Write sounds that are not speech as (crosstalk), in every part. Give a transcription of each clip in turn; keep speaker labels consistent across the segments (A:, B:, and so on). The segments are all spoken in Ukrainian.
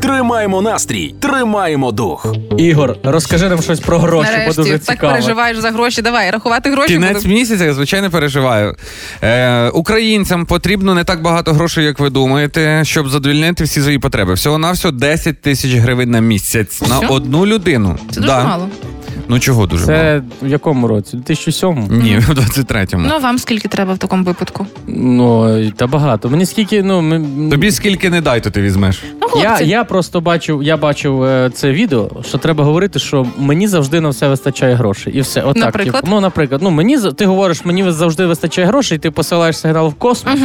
A: тримаємо настрій, тримаємо дух.
B: Ігор, розкажи нам щось про гроші, бо
C: Нарешті
B: дуже
C: так
B: цікаво.
C: переживаєш за гроші. Давай рахувати гроші.
D: Кінець
C: будемо.
D: місяця, звичайно, переживаю. Е, українцям потрібно не так багато грошей, як ви думаєте, щоб задовільнити всі свої потреби. Всього на всього 10 тисяч гривень на місяць на
C: Що?
D: одну людину.
C: Це дуже мало.
D: Ну чого дуже мало?
B: Це в якому році? 2007?
D: Ні, в (laughs) 23-му.
C: Ну а вам скільки треба в такому випадку?
B: Ну, й- та багато. Мені скільки, ну, ми...
D: Тобі скільки не дай, то ти візьмеш.
C: Ну,
B: Я,
C: хлопці,
B: я просто бачив, я бачив е, це відео, що треба говорити, що мені завжди на все вистачає грошей. І все. Отак,
C: Наприклад?
B: типу. ну, наприклад, ну мені за- ти говориш, мені завжди вистачає грошей, ти посилаєш сигнал в космос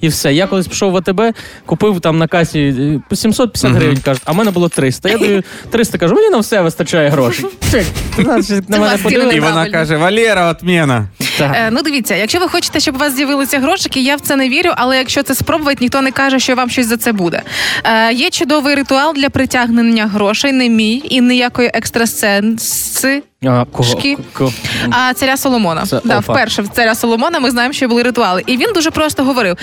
B: і все. Я колись пішов в АТБ, купив там на касі е, по 750 гривень, кажуть, а в мене було 300. Я даю 300, кажу, мені на все вистачає
C: (laughs)
B: грошей. Чик, значить, на мене
C: вас кинули.
D: І
B: подивилися.
D: вона
C: Правильно.
D: каже: Валера, отмена.
B: Так.
C: Е, ну дивіться, якщо ви хочете, щоб у вас з'явилися грошики, я в це не вірю, але якщо це спробувати, ніхто не каже, що вам щось за це буде. Е, є чудовий ритуал для притягнення грошей, не мій і ніякої екстрасенси.
B: А, кого?
C: шки.
B: Кого?
C: А царя Соломона.
B: Це
C: да,
B: опа.
C: вперше в царя Соломона ми знаємо, що були ритуали. І він дуже просто говорив: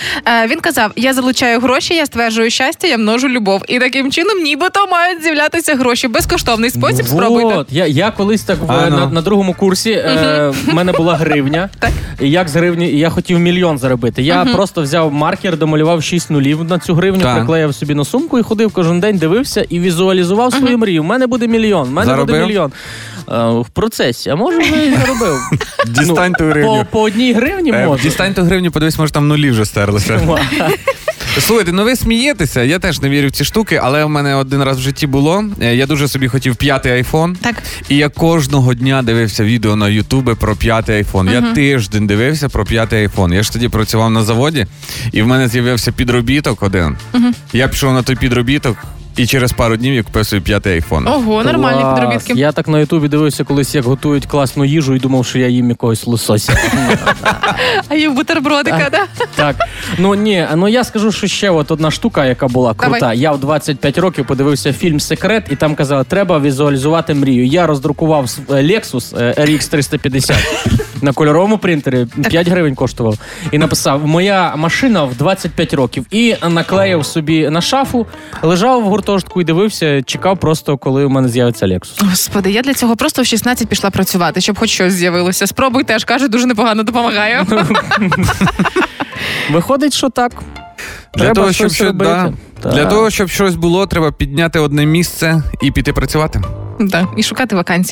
C: Е, він казав: Я залучаю гроші, я стверджую щастя, я множу любов. І таким чином, нібито мають з'являтися гроші. Безкоштовний спосіб.
B: Ну,
C: Спробуйте.
B: от. Я, я колись так в,
D: А, ну.
B: на, на другому курсі е, в мене була гривня.
C: (laughs) Так.
B: І як з гривні, і я хотів мільйон заробити. Я просто взяв маркер, домалював 6 нулів на цю гривню,
D: Так.
B: приклеїв собі на сумку і ходив кожен день, дивився і візуалізував свою мрію. У мене буде мільйон, в мене
D: Заробив?
B: буде мільйон. Е, в процесі, а може вже і заробив.
D: (laughs)
B: Ну,
D: Дістань ту
B: По,
D: гривню.
B: по одній гривні
D: Е,
B: може.
D: Дістань ту гривню, подивись, може там нулі вже стерлися. (laughs) Слухайте, ну ви смієтеся, я теж не вірю в ці штуки, але в мене один раз в житті було. Е, Я дуже собі хотів п'ятий айфон.
C: Так.
D: І я кожного дня дивився відео на Ютубі про п'ятий айфон. Я тиждень дивився про п'ятий айфон. Я ж тоді працював на заводі, і в мене з'явився підробіток один. Я пішов на той підробіток, і через пару днів я купив собі п'ятий айфон.
C: Ого, нормальні
B: Клас.
C: підробітки.
B: Я так на Ютубі дивився колись, як готують класну їжу і думав, що я їм якогось лосося.
D: (laughs)
C: А є бутербродика, да?
B: Так, ну ні, ну я скажу, що ще от одна штука, яка була крута.
C: Давай.
B: Я в 25 років подивився фільм Секрет, і там казали, треба візуалізувати мрію. Я роздрукував с- е, Lexus е, RX 350 на кольоровому принтері 5 гривень коштував. І написав: Моя машина в 25 років. І наклеїв собі на шафу, лежав в гуртожитку і дивився, чекав просто, коли у мене з'явиться Lexus.
C: Господи, я для цього просто в 16 пішла працювати, щоб хоч щось з'явилося. Спробуй теж каже, дуже непогано допомагає.
B: (laughs) Виходить, що так.
D: Для
B: Треба
D: того, щоб
B: щось
D: щось,
B: робити.
D: да.
B: Так.
D: Для того, щоб щось було, треба підняти одне місце і піти працювати.
C: Да, і шукати вакансії.